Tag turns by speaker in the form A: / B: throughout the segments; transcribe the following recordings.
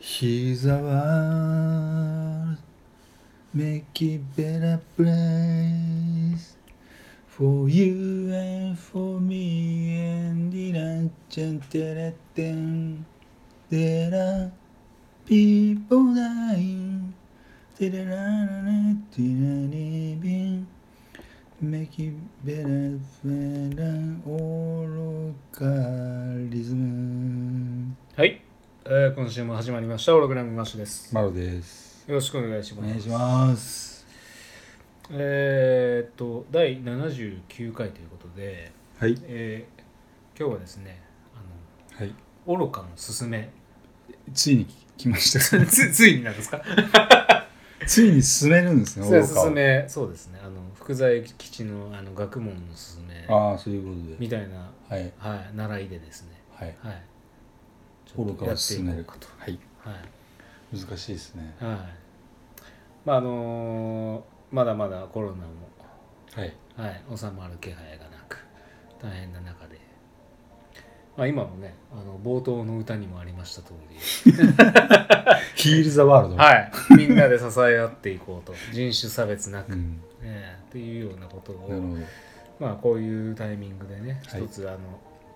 A: 膝は make it better place for you and for me and いらんちゃんてれってんてら people dying てららららてらりびん make it better better 愚かリズム
B: はい、えー今週も始まりましたオログラムマッシュですよ
A: マロです
B: ろしくお願いし
A: お
B: ます
A: 願いします
B: えーっと第79回ということで、
A: はい
B: えー今日はですねあ
A: はい
B: の愚かのすすめ
A: ついに来ましたね
B: つついになんですか
A: ついに進めるんですね
B: そ
A: 愚
B: う
A: かを
B: すすめそうですねあの福沢諭吉のあの学問のすすめ
A: ああそういうことで
B: みたいな、
A: はい
B: はい、習いでですね
A: はい
B: はい
A: 愚かを進め
B: や
A: る
B: っていこうかと
A: はい
B: はい
A: 難しいですね
B: はい。まああのーまだまだコロナも、
A: はい
B: はい、収まる気配がなく大変な中で、まあ、今もねあの冒頭の歌にもありました通り、
A: ヒール・ザ・ワールド
B: はい、みんなで支え合って いこうと人種差別なく、
A: うん
B: ええっていうようなこと
A: なる
B: を、
A: ほど
B: まあ、こういうタイミングでね
A: はい
B: 一つあの、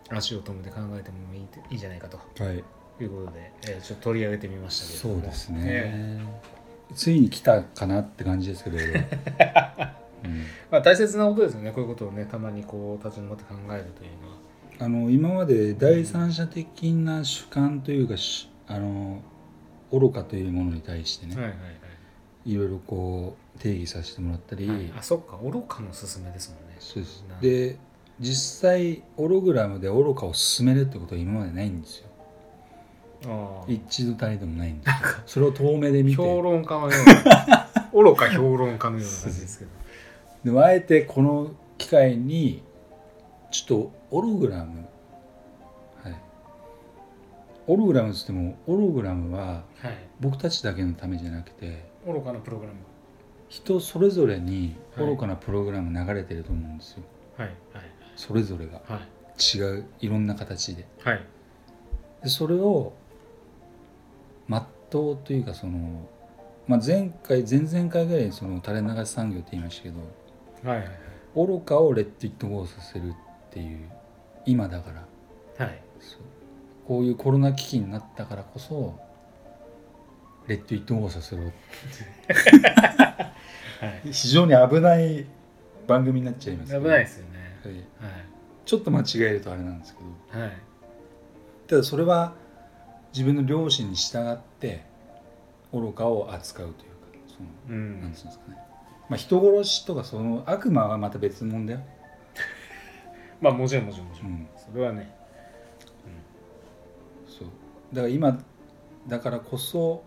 B: 足を止めて考えてもいいいいんじゃないかと
A: はい、
B: いうことで、ええちょっと取り上げてみましたけれど
A: そ
B: も
A: うですね、
B: え
A: ついに来たかなって感じですけ ど、俺はうん
B: えまあ、大切なことですよねこういうことをねたまにこう立ち止まって考えるというのは。
A: あの今まで第三者的な主観というかしあの愚かというものに対してね、
B: はいはい
A: い、ろいろこう定義させてもらったり、
B: はい、はい、あそっか愚かのすすめですもんね
A: そうです
B: な
A: で実際オログラムで愚かを進めるってことは今までないんですよ
B: ああ
A: 一度たりでもないんですよそれを遠目で見て
B: 評論家のような 愚か評論家のような感じですけど
A: でもあえてこの機会にちょっとオログラムはいオログラムっつってもオログラムは
B: はい
A: 僕たちだけのためじゃなくて
B: 愚かなプログラム
A: 人それぞれに
B: はい
A: 愚かなプログラム流れてると思うんですよ、
B: はい
A: それぞれが
B: はいはい
A: 違ういろんな形で
B: はい
A: でそれをまっとうというかその、まあ、前回前々回ぐらいにその垂れ流し産業って言いましたけど
B: はいはい
A: 愚かをレッド・イット・ゴーさせるっていう今だから
B: はい
A: そうこういうコロナ危機になったからこそレッド・イット・ゴーさせろ
B: はい
A: 非常に危ない番組になっちゃいます
B: 危ないですよね
A: はい
B: は
A: ちょっと間違えるとあれなんですけど
B: いはい
A: ただそれは自分の良心に従って愚かを扱うというかその
B: う
A: なん
B: ん
A: ていうんですかね、まあ、人殺しとかその悪魔はまた別物だよ、
B: まあもちろんもちろんもち
A: う
B: ろん
A: ん、
B: それはね
A: そうだから今だからこそ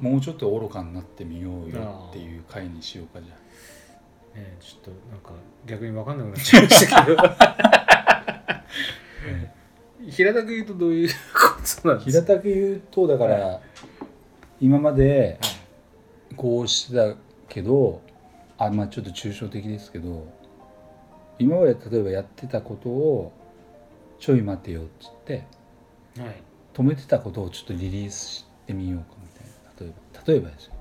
A: もうちょっと愚かになってみようよっていう回にしようかじゃ
B: ええちょっとなんか逆に分かんなくなっちゃいました けど
A: あ、ね
B: 平たく言うとどういうことなんです
A: 平
B: か
A: たく言うとだから今まで
B: はい
A: こうしてたけどあまあちょっと抽象的ですけど今まで例えばやってたことをちょい待てよっつって
B: はい
A: 止めてたことをちょっとリリースしてみようかみたいな例えば例えばですよ、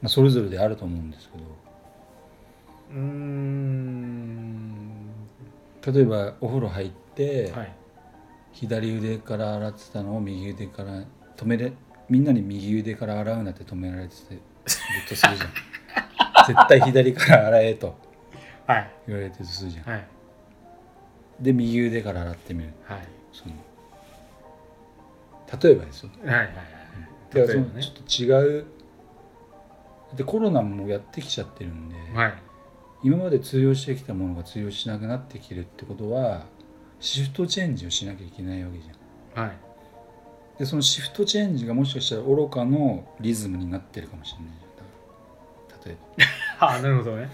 A: まあ、それぞれであると思うんですけど
B: うーん
A: 例えばお風呂入って、
B: はい
A: 左腕から洗ってたのを右腕から止めれみんなに右腕から洗うなって止められててずっとするじゃん 絶対左から洗えと
B: はい
A: 言われてするじゃん
B: はい
A: で右腕から洗ってみる
B: はい
A: その例えばですよ
B: はいはいはい。
A: だ
B: 例
A: からそ
B: えば
A: の
B: ね。
A: ちょっと違うでコロナもやってきちゃってるんで、
B: はい。
A: 今まで通用してきたものが通用しなくなってきてるってことはシフトチェンジをしなきゃいけないわけじゃん
B: はい。
A: でそのシフトチェンジがもしかしたら愚かのリズムになってるかもしれないじゃんだから例えば
B: あ、なるほどね。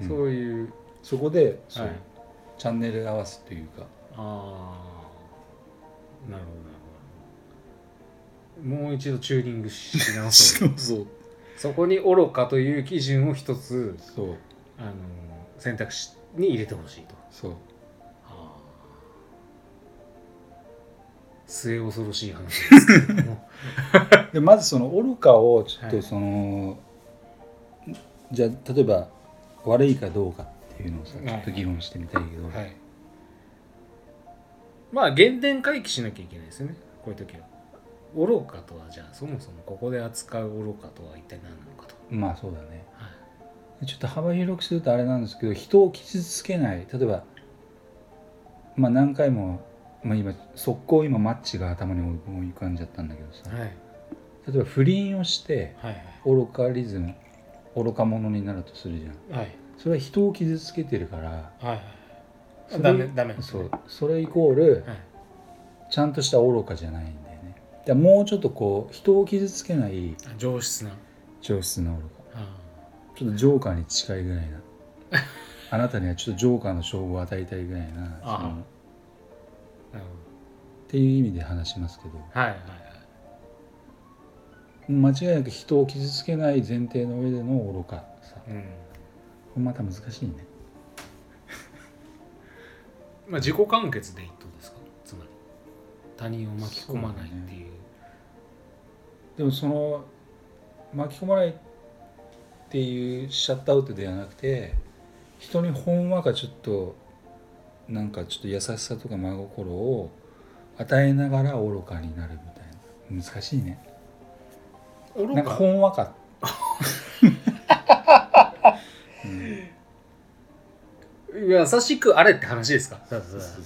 A: うん
B: そういう。
A: そこでそう、
B: はい
A: チャンネル合わせというか
B: ああ。なるほど、なるほど。もう一度チューニングし直 そ
A: そ
B: う。
A: うそう
B: そこに愚かという基準を一つ、
A: そう
B: あの、選択肢に入れてほしいと。
A: そう
B: あー末恐ろしい話ですけれども。
A: でまずその愚かをちょっ
B: は
A: と
B: い
A: その、じゃあ例えば悪いかどうかっていうのをさちょっと議論してみたいけど、
B: はいまあ原点回帰しなきゃいけないですよねこういう時は愚かとはじゃあそもそもここで扱う愚かとは一体何なのかと、
A: まあそうだね
B: はい
A: ちょっと幅広くするとあれなんですけど人を傷つけない例えばまあ何回も、まあ、今速攻今マッチが頭に思い浮かんじゃったんだけどさ
B: はいはい
A: 例えば不倫をして
B: はい
A: 愚かリズム愚か者になるとするじゃん
B: はい
A: それは人を傷つけてるから
B: はい
A: それ
B: ダメダメです
A: そ
B: ね
A: うそれイコール
B: はい
A: ちゃんとした愚かじゃないんだよねだからもうちょっとこう人を傷つけない
B: あ上質な
A: 上質な愚か
B: あ
A: ちょっとジョーカーに近いぐらいなあなたにはちょっとジョーカーの称号を与えたいぐらいな
B: ああ
A: そのっ
B: ーなるほ
A: ていう意味で話しますけど
B: どはいはい
A: 間違いなく人を傷つけない前提の上での愚かさ
B: はい、うん
A: これまた難しいね
B: まあ、自己完結で一等ですかつまり他人を巻き込まないっていう
A: でもその巻き込まないっていうシャットアウトではなくて人にほんわかちょっとなんかちょっと優しさとか真心を与えながら愚かになるみたいな難しいねな
B: 愚
A: んか
B: か
A: ほんわか、うん
B: 優しくあれって話ですかそうそうそう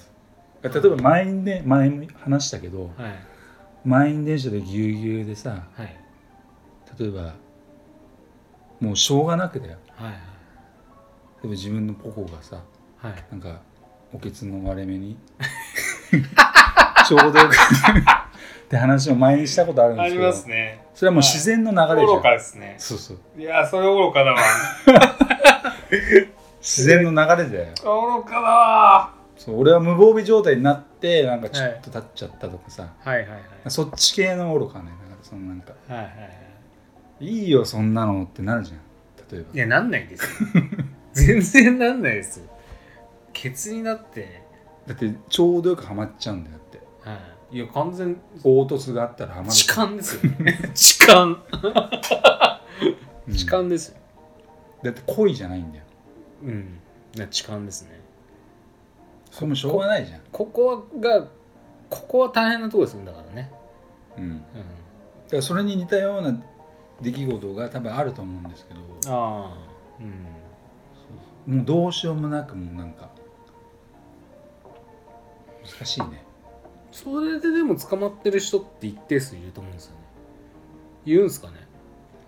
A: 例えば満員で前も話したけど
B: はい
A: 満員電車でぎゅうぎゅうでさ
B: はい
A: 例えばもうしょうがなくだよ
B: はい
A: でも自分のポコがさ
B: はいはい
A: なんかおけつの割れ目にちょうどよくって話を前にしたことあるんですけど
B: ね
A: それはもう自然の流れじゃん、
B: ですね
A: そうそう
B: いやそれ愚かだわ
A: 自然の流れだよ
B: 愚かだわ
A: そう俺は無防備状態になってなんかちょっと立っちゃったとかさ、
B: はいはいはい
A: そっち系の愚かねなんかそのなんか
B: はいはいはい
A: 「いいよそんなの」ってなるじゃん例えば
B: いやなんないですよ 全然なんないですよケツになって、
A: だってちょうどよくハマっちゃうんだよだって
B: はい、いや完全
A: 凹凸があったらハマる
B: 痴漢ですよ ね痴漢
A: うん
B: 痴漢ですよ
A: だって恋じゃないんだよ
B: うんな痴漢ですね
A: それもしょうがないじゃん
B: ここがここは大変なとこですよだからね、
A: うんだ
B: う
A: か
B: ん、
A: らそれに似たような出来事が多分あると思うんですけど
B: ああうん
A: もうどうしようもなくもうなんか難しいね
B: それででも捕まってる人って一定数いると思うんですよねいるんですかね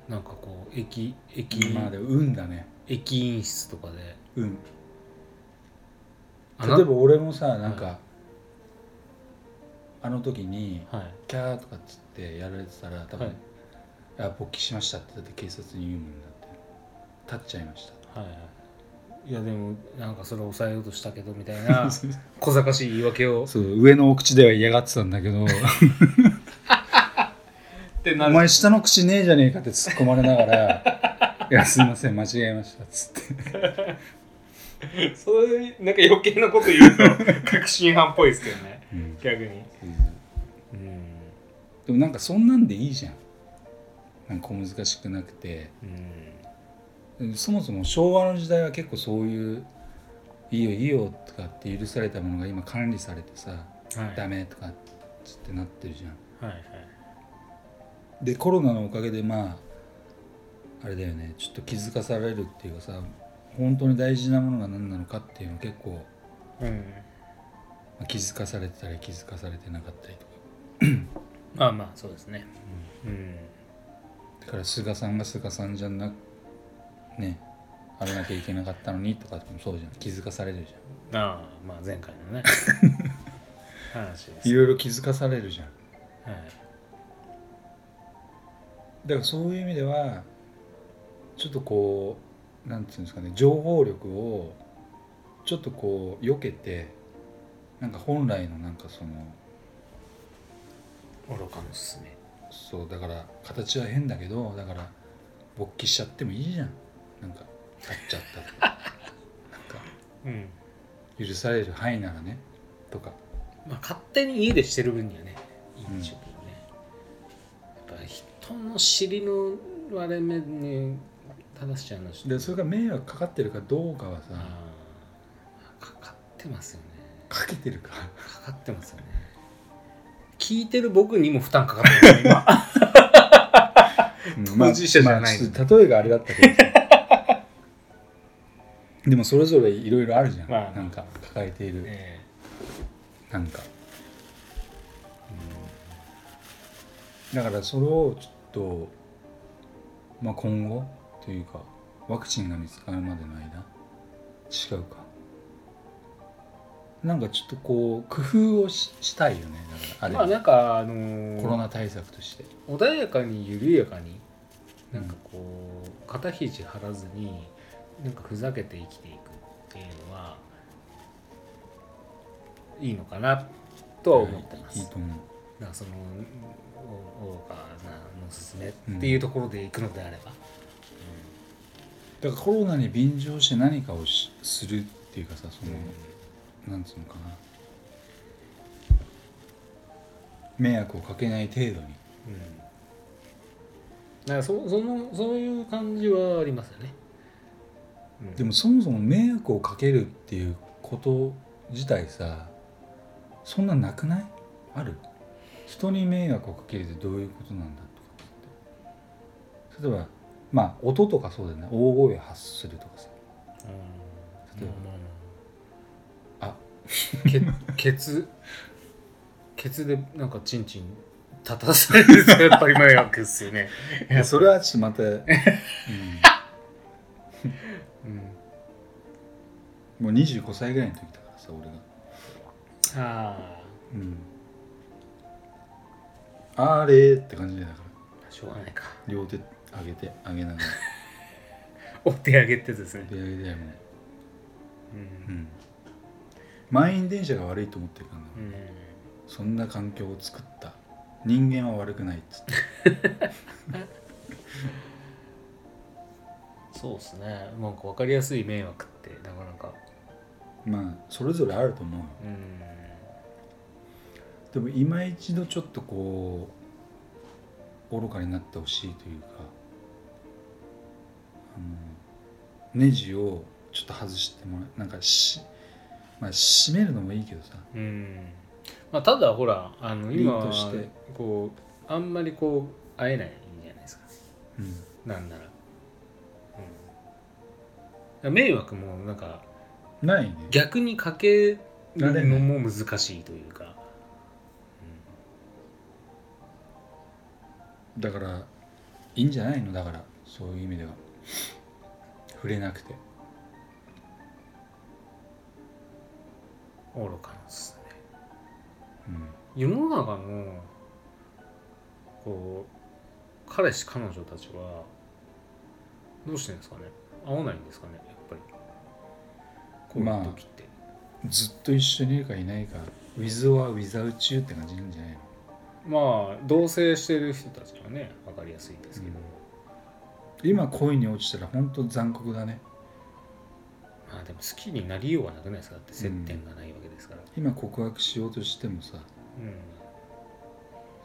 B: なんかこう駅駅員、
A: まあでも運だね
B: 駅員室とかで
A: 運
B: あ
A: 例
B: な
A: えば俺もさなんか、あの時に
B: はい
A: キャーとかっつってやられてたら多分、
B: はい
A: あ勃起しましたってだって警察に言うもんだって立っちゃいました
B: はい、いやでもなんかそれを抑えようとしたけどみた いな小賢しい言い訳を
A: そう上のお口では嫌がってたんだけど
B: って
A: お前下の口ねえじゃねえかって突っ込まれながら「いやすいません間違えました」っつって
B: そういうなんか余計なこと言うと 確信犯っぽいですけどね
A: うん
B: 逆にうん
A: でもなんかそんなんでいいじゃんなんか小難しくなくて
B: うん
A: そもそも昭和の時代は結構そういう「いいよいいよ」とかって許されたものが今管理されてさ
B: は
A: 「
B: い
A: ダメ」とかっつってなってるじゃん
B: はいはい
A: でコロナのおかげでまああれだよねちょっと気づかされるっていうかさ本当に大事なものが何なのかっていうのを結構、
B: うん
A: まあ気づかされてたり気づかされてなかったりとか
B: まあまあそうですねうん
A: だから菅さんが菅さんじゃなねあれなきゃいけなかったのにとかもそうじゃん気づかされるじゃ
B: ああまあ前回の ね話で
A: んい
B: す
A: ろいろ気づかされるじゃん
B: はい
A: だからそういう意味ではちょっとこうなんていうんですかね情報力をちょっとこう避けてなんか本来のなんかその
B: 愚かのすすめ
A: そうだから形は変だけどだから勃起しちゃってもいいじゃんなんか立っちゃったとかなんか
B: うん
A: 許される範囲ならねとか
B: まあ勝手に家でしてる分にはねいいんでしょうけどね、やっぱひの尻の割れ目に正しちゃうの
A: でそれが迷惑かかってるかどうかはさ
B: あーかかってますよね
A: かけてるか
B: かかってますよね聞いてる僕にも負担かかってるよ今当事者じゃない
A: まあまあちょっと例えがあれだったけどさ でもそれぞれいろいろあるじゃん、
B: まあ
A: なんか抱えている、
B: え
A: なんか、うん、だからそれをちょっと、まあ、今後というかワクチンが見つかるまでの間違うかなんかちょっとこう工夫をししたいよねだ からあれ、
B: えまあなんかあの
A: コロ
B: ー
A: ナ対策として
B: 穏やかに緩やかになんかこう肩肘張らずになんかふざけて生きていくっていうのはいいのかなとは思ってます、
A: いいと思う
B: なんかそのお大川のおすすめっていうところで行くのであれ
A: だ
B: ば、
A: からコロナに便乗して何かをしするっていうかさそ
B: うん
A: の、なんつうのかな迷惑をかけない程度に
B: うんだからそそのそういう感じはありますよね、うん
A: でもそもそも迷惑をかけるっていうこと自体さそんななくないある人に迷惑をかけるってどういうことなんだとかって例えばまあ音とかそうだよね大声を発するとかさ
B: うん
A: 例えば
B: まあ
A: あ
B: まあけ ケツケツでなんかチンチン立たされるとやっぱり迷惑ですよね
A: いやそれはちょっ とまた、
B: うん
A: うん、もう25歳ぐらいの時だからさ俺が、
B: あ
A: うん、あれって感じだから
B: あしょうがないか
A: 両手上げて上げながら
B: お手上げってやつですね
A: 手上げてもう
B: うん
A: うん、満員電車が悪いと思ってるからな、
B: うん
A: そんな環境を作った人間は悪くないっつって
B: そうですねなんか分かりやすい迷惑ってなかなか
A: まあそれぞれあると思うよ
B: うん
A: でも今一度ちょっとこう愚かになってほしいというかあのネジをちょっと外してもらうなんかし、まあ、締めるのもいいけどさ
B: うんまあ、ただほらあの今
A: 凛として
B: こうあんまりこう会えないんじゃないですか
A: うん
B: なんなら,、うん、だから迷惑もなんか
A: ないね
B: 逆にかけるのも難しいというか、
A: だからいいんじゃないのだからそういう意味では触れなくて
B: うん、愚かなんですね
A: うん
B: 世の中のこう彼氏彼女たちはどうしてるんですかね会わないんですかねやっぱりこうい
A: まあ
B: う時って、
A: ずっと一緒にいるかいないか With or without you って感じなんじゃないの
B: まあ同棲してる人たちはね分かりやすいんですけど、
A: 今恋に落ちたら本当残酷だね
B: まあでも好きになりようがなくないですかだって接点がないわけですから、
A: 今告白しようとしてもさ
B: うん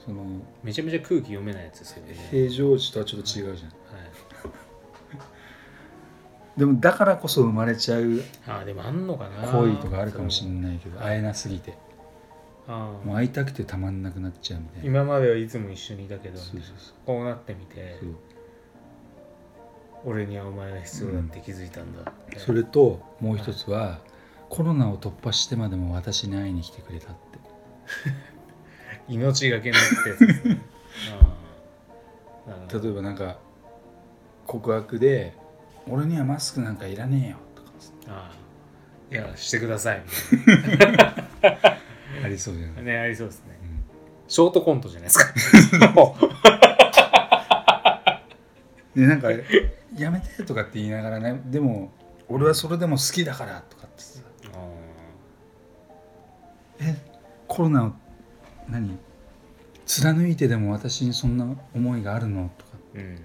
A: その
B: めちゃめちゃ空気読めないやつですよね、
A: 平常時とはちょっと違うじゃん
B: はい、
A: でもだからこそ生まれちゃう
B: ああでもあんのかな
A: 恋とかあるかもしれないけど会えなすぎて
B: そうあ
A: もう
B: あ
A: 会いたくてたまんなくなっちゃうみたいな
B: 今まではいつも一緒にいたけど
A: そうそうそ
B: こうなってみて
A: う
B: 俺にはお前が必要だって気づいたんだ、
A: そうそれともう一つはコロナを突破してまでも私に会いに来てくれたって
B: 命がけなってや つですねああなるほど
A: 例えばなんか告白で「俺にはマスクなんかいらねえよ」とかつって
B: ああいやしてくださいみ
A: ありそうじゃな
B: た
A: い、
B: いなねありそうですね
A: うん
B: ショートコントじゃないです かもう
A: でなんか「やめて」とかって言いながらねでも「俺はそれでも好きだから」とかってさ
B: あ
A: コロナを何貫いてでも私にそんな思いがあるのとか
B: ーうんま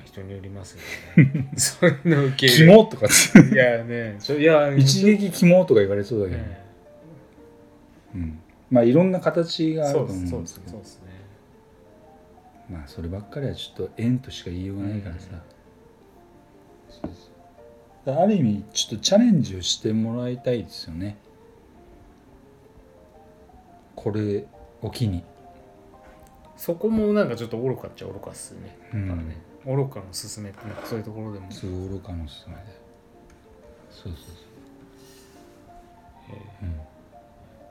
B: あ人によります よねそういうの受け
A: キ
B: 入れ
A: モとかって
B: いやねちょいや
A: 一撃キモとか言われそうだけど、
B: ね
A: うん、まあいろんな形がある
B: そ
A: と
B: う
A: 思
B: ですそううんで
A: ですすけ
B: そう
A: ど
B: ですね
A: まあそればっかりはちょっと縁としか言いようがないからさ、そうそうある意味ちょっとチャレンジをしてもらいたいですよねこれを機に
B: そこもなんかちょっと愚かっちゃ愚かっすね、
A: うん
B: だからね愚かの勧めってなんかそういうところでも
A: すごい愚かのすすめでそうそうそう、うん、だ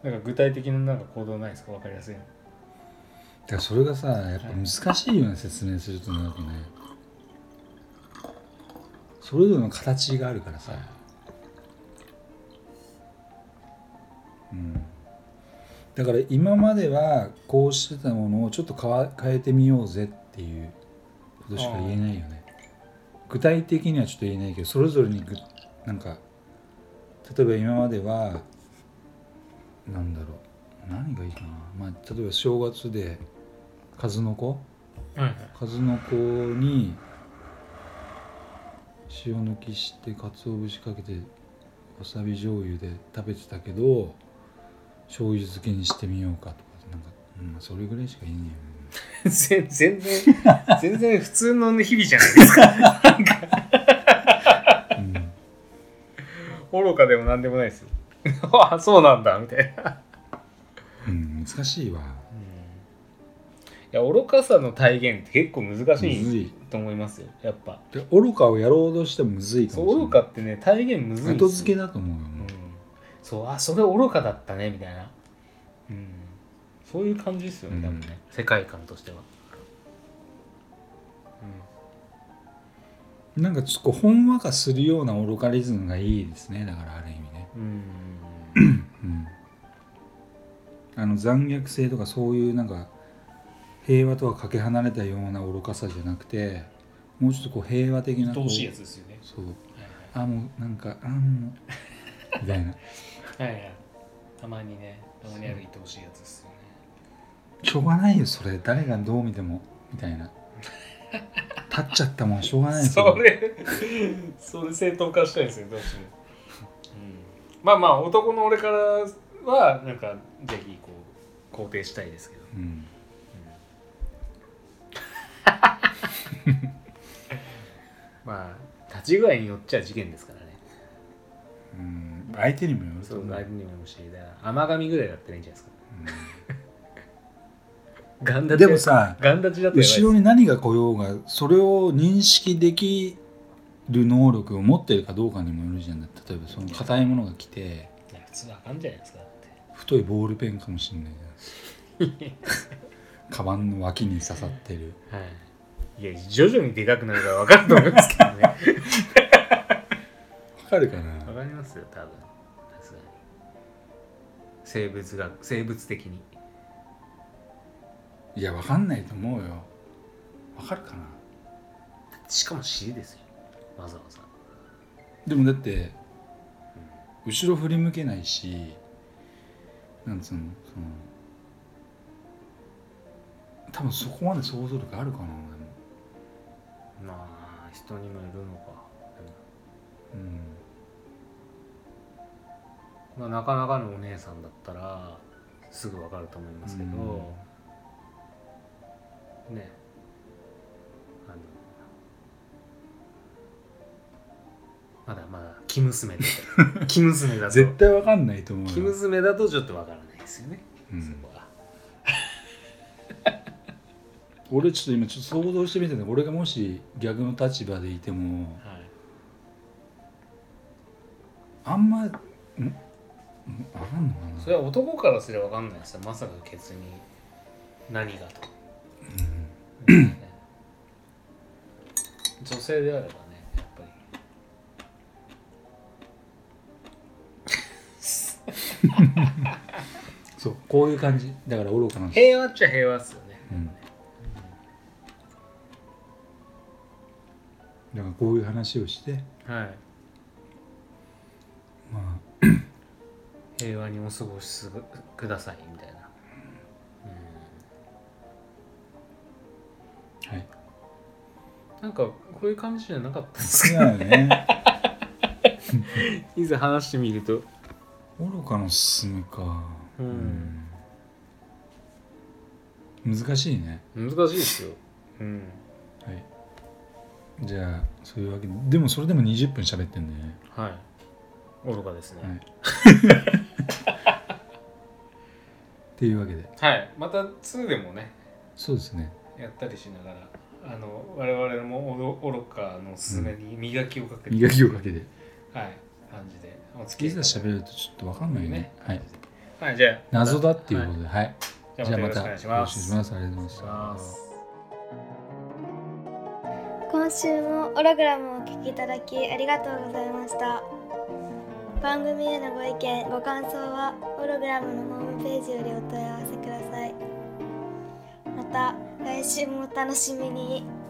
B: なんか具体的ななんか行動ないですかわかりやすいの
A: からそれがさやっぱ難しいよね、説明するとなんかねそれぞれの形があるからさ、うん、だから今まではこうしてたものをちょっと変わ変えてみようぜっていうことしか言えないよね具体的にはちょっと言えないけどそれぞれにぐなんか例えば今まではなんだろう何がいいかな、まあ、例えば正月で数の子
B: はいはい
A: 数の子に塩抜きして鰹節かけてわさび醤油で食べてたけど醤油漬けにしてみようかとかなんか、うん、それぐらいしか言えね
B: 全全然全然普通の日々じゃな いですか
A: えよね、うん
B: 愚かでも何でもないですよ あそうなんだみたいな、
A: うん、難しいわ
B: いや愚かさの体現って結構難し
A: むず
B: い
A: い
B: と思いますよやっぱ
A: で愚かをやろうとしてもむずいかもしれ
B: そう
A: ない
B: 愚かってね体現むずいんです
A: 後
B: よ
A: 付けだと思うよ、
B: うん、そうあそれ愚かだったねみたいな、うん、そういう感じですよね、
A: うん
B: 多分ね世界観としては、
A: なんかちょっとこうほんわかするような愚かリズムがいいですねだからある意味ね
B: うん
A: うんあの残虐性とかそういうなんか平和とはかけ離れたような愚かさじゃなくてもうちょっとこう平和的なこう
B: つですよね
A: そうあもうなんかあもうみたいな
B: はいはい、はいはい、たまにねたまにある愛おしいやつですよね
A: しょうがないよそれ誰がどう見てもみたいな立っちゃったもんしょうがないよ
B: それそれ正当化したいですよどうしても、うん、まあまあ男の俺からはなんかぜひこう肯定したいですけど
A: うん、
B: まあ立ち具合によっちゃ事件ですからね
A: うん、相手にもよると
B: そう
A: 思う、
B: 相手にもよるしだから甘噛みぐらいだったらいいんじゃないですかガン
A: う
B: ダ
A: ん
B: チ
A: でもさ
B: ガンダチだったらやばいです
A: 後ろに何が来ようがそれを認識できる能力を持ってるかどうかにもよるじゃん例えばその硬いものが来て
B: いや普通はあかんじゃないですかだって
A: 太いボールペンかもしれないじゃ んカバンの脇に刺さってる
B: はいいや徐々にでかくなるから分かると思いますけど ね
A: わかるかな
B: 分かりますよ多分さすがに生物が生物的に
A: いやわかんないと思うよわかるかな
B: しかも尻ですよわざわざ
A: でもだって後ろ振り向けないしなんつうのその多分そこまで想像力あるかな俺も
B: まあ人にもいるのか
A: うん
B: まあ、なかなかのお姉さんだったらすぐ分かると思いますけど、ねあのまだまだ生娘 だと生娘だと
A: 絶対わかんないと思うよ
B: 生娘だとちょっと分からないですよね、
A: うん
B: そこは
A: 俺ちょっと今ちょっと想像してみてね俺がもし逆の立場でいても
B: はい
A: あんまんんあかんのかな
B: それは男からすれば分かんないですよまさかケツに何がと、ね女性であればねやっぱり
A: そうこういう感じだから愚かなんです
B: 平和っちゃ平和っすよね
A: うんだからこういう話をして
B: はい
A: ま
B: 平和にお過ごしすぐくださいみたいな、
A: あはい
B: うん、なんかこういう感じじゃなかったです
A: 好きなのね
B: いざ話してみると
A: 愚かのすすめか
B: うん
A: 難しいね
B: 難しいですようん
A: はいじゃあそういうわけででもそれでも20分喋ってんだよね
B: はい愚かです
A: はい
B: ね
A: っていうわけで
B: はい、また2でもね
A: そうですね
B: やったりしながらあの我々もおど愚かのすすめに磨きをかけて、
A: 磨きをかけて
B: はい感じでお付
A: い
B: き合
A: ざ
B: い
A: 喋るとちょっとわかんないよねはい
B: はいじゃあ
A: 謎だっていうことではい、
B: じゃ
A: じゃ
B: あ
A: あ
B: ま
A: ま
B: た
A: た
B: よ
A: よ
B: ろ
A: ろ
B: し
A: し
B: く
A: く
B: お
A: お
B: 願
A: 願
B: い
A: い
B: し
A: し
B: ま
A: ますすありがとうございました
B: お願いします
C: 今週もオログラムをお聞きいただきありがとうございました番組へのご意見ご感想はオログラムのホームページよりお問い合わせくださいまた来週もお楽しみに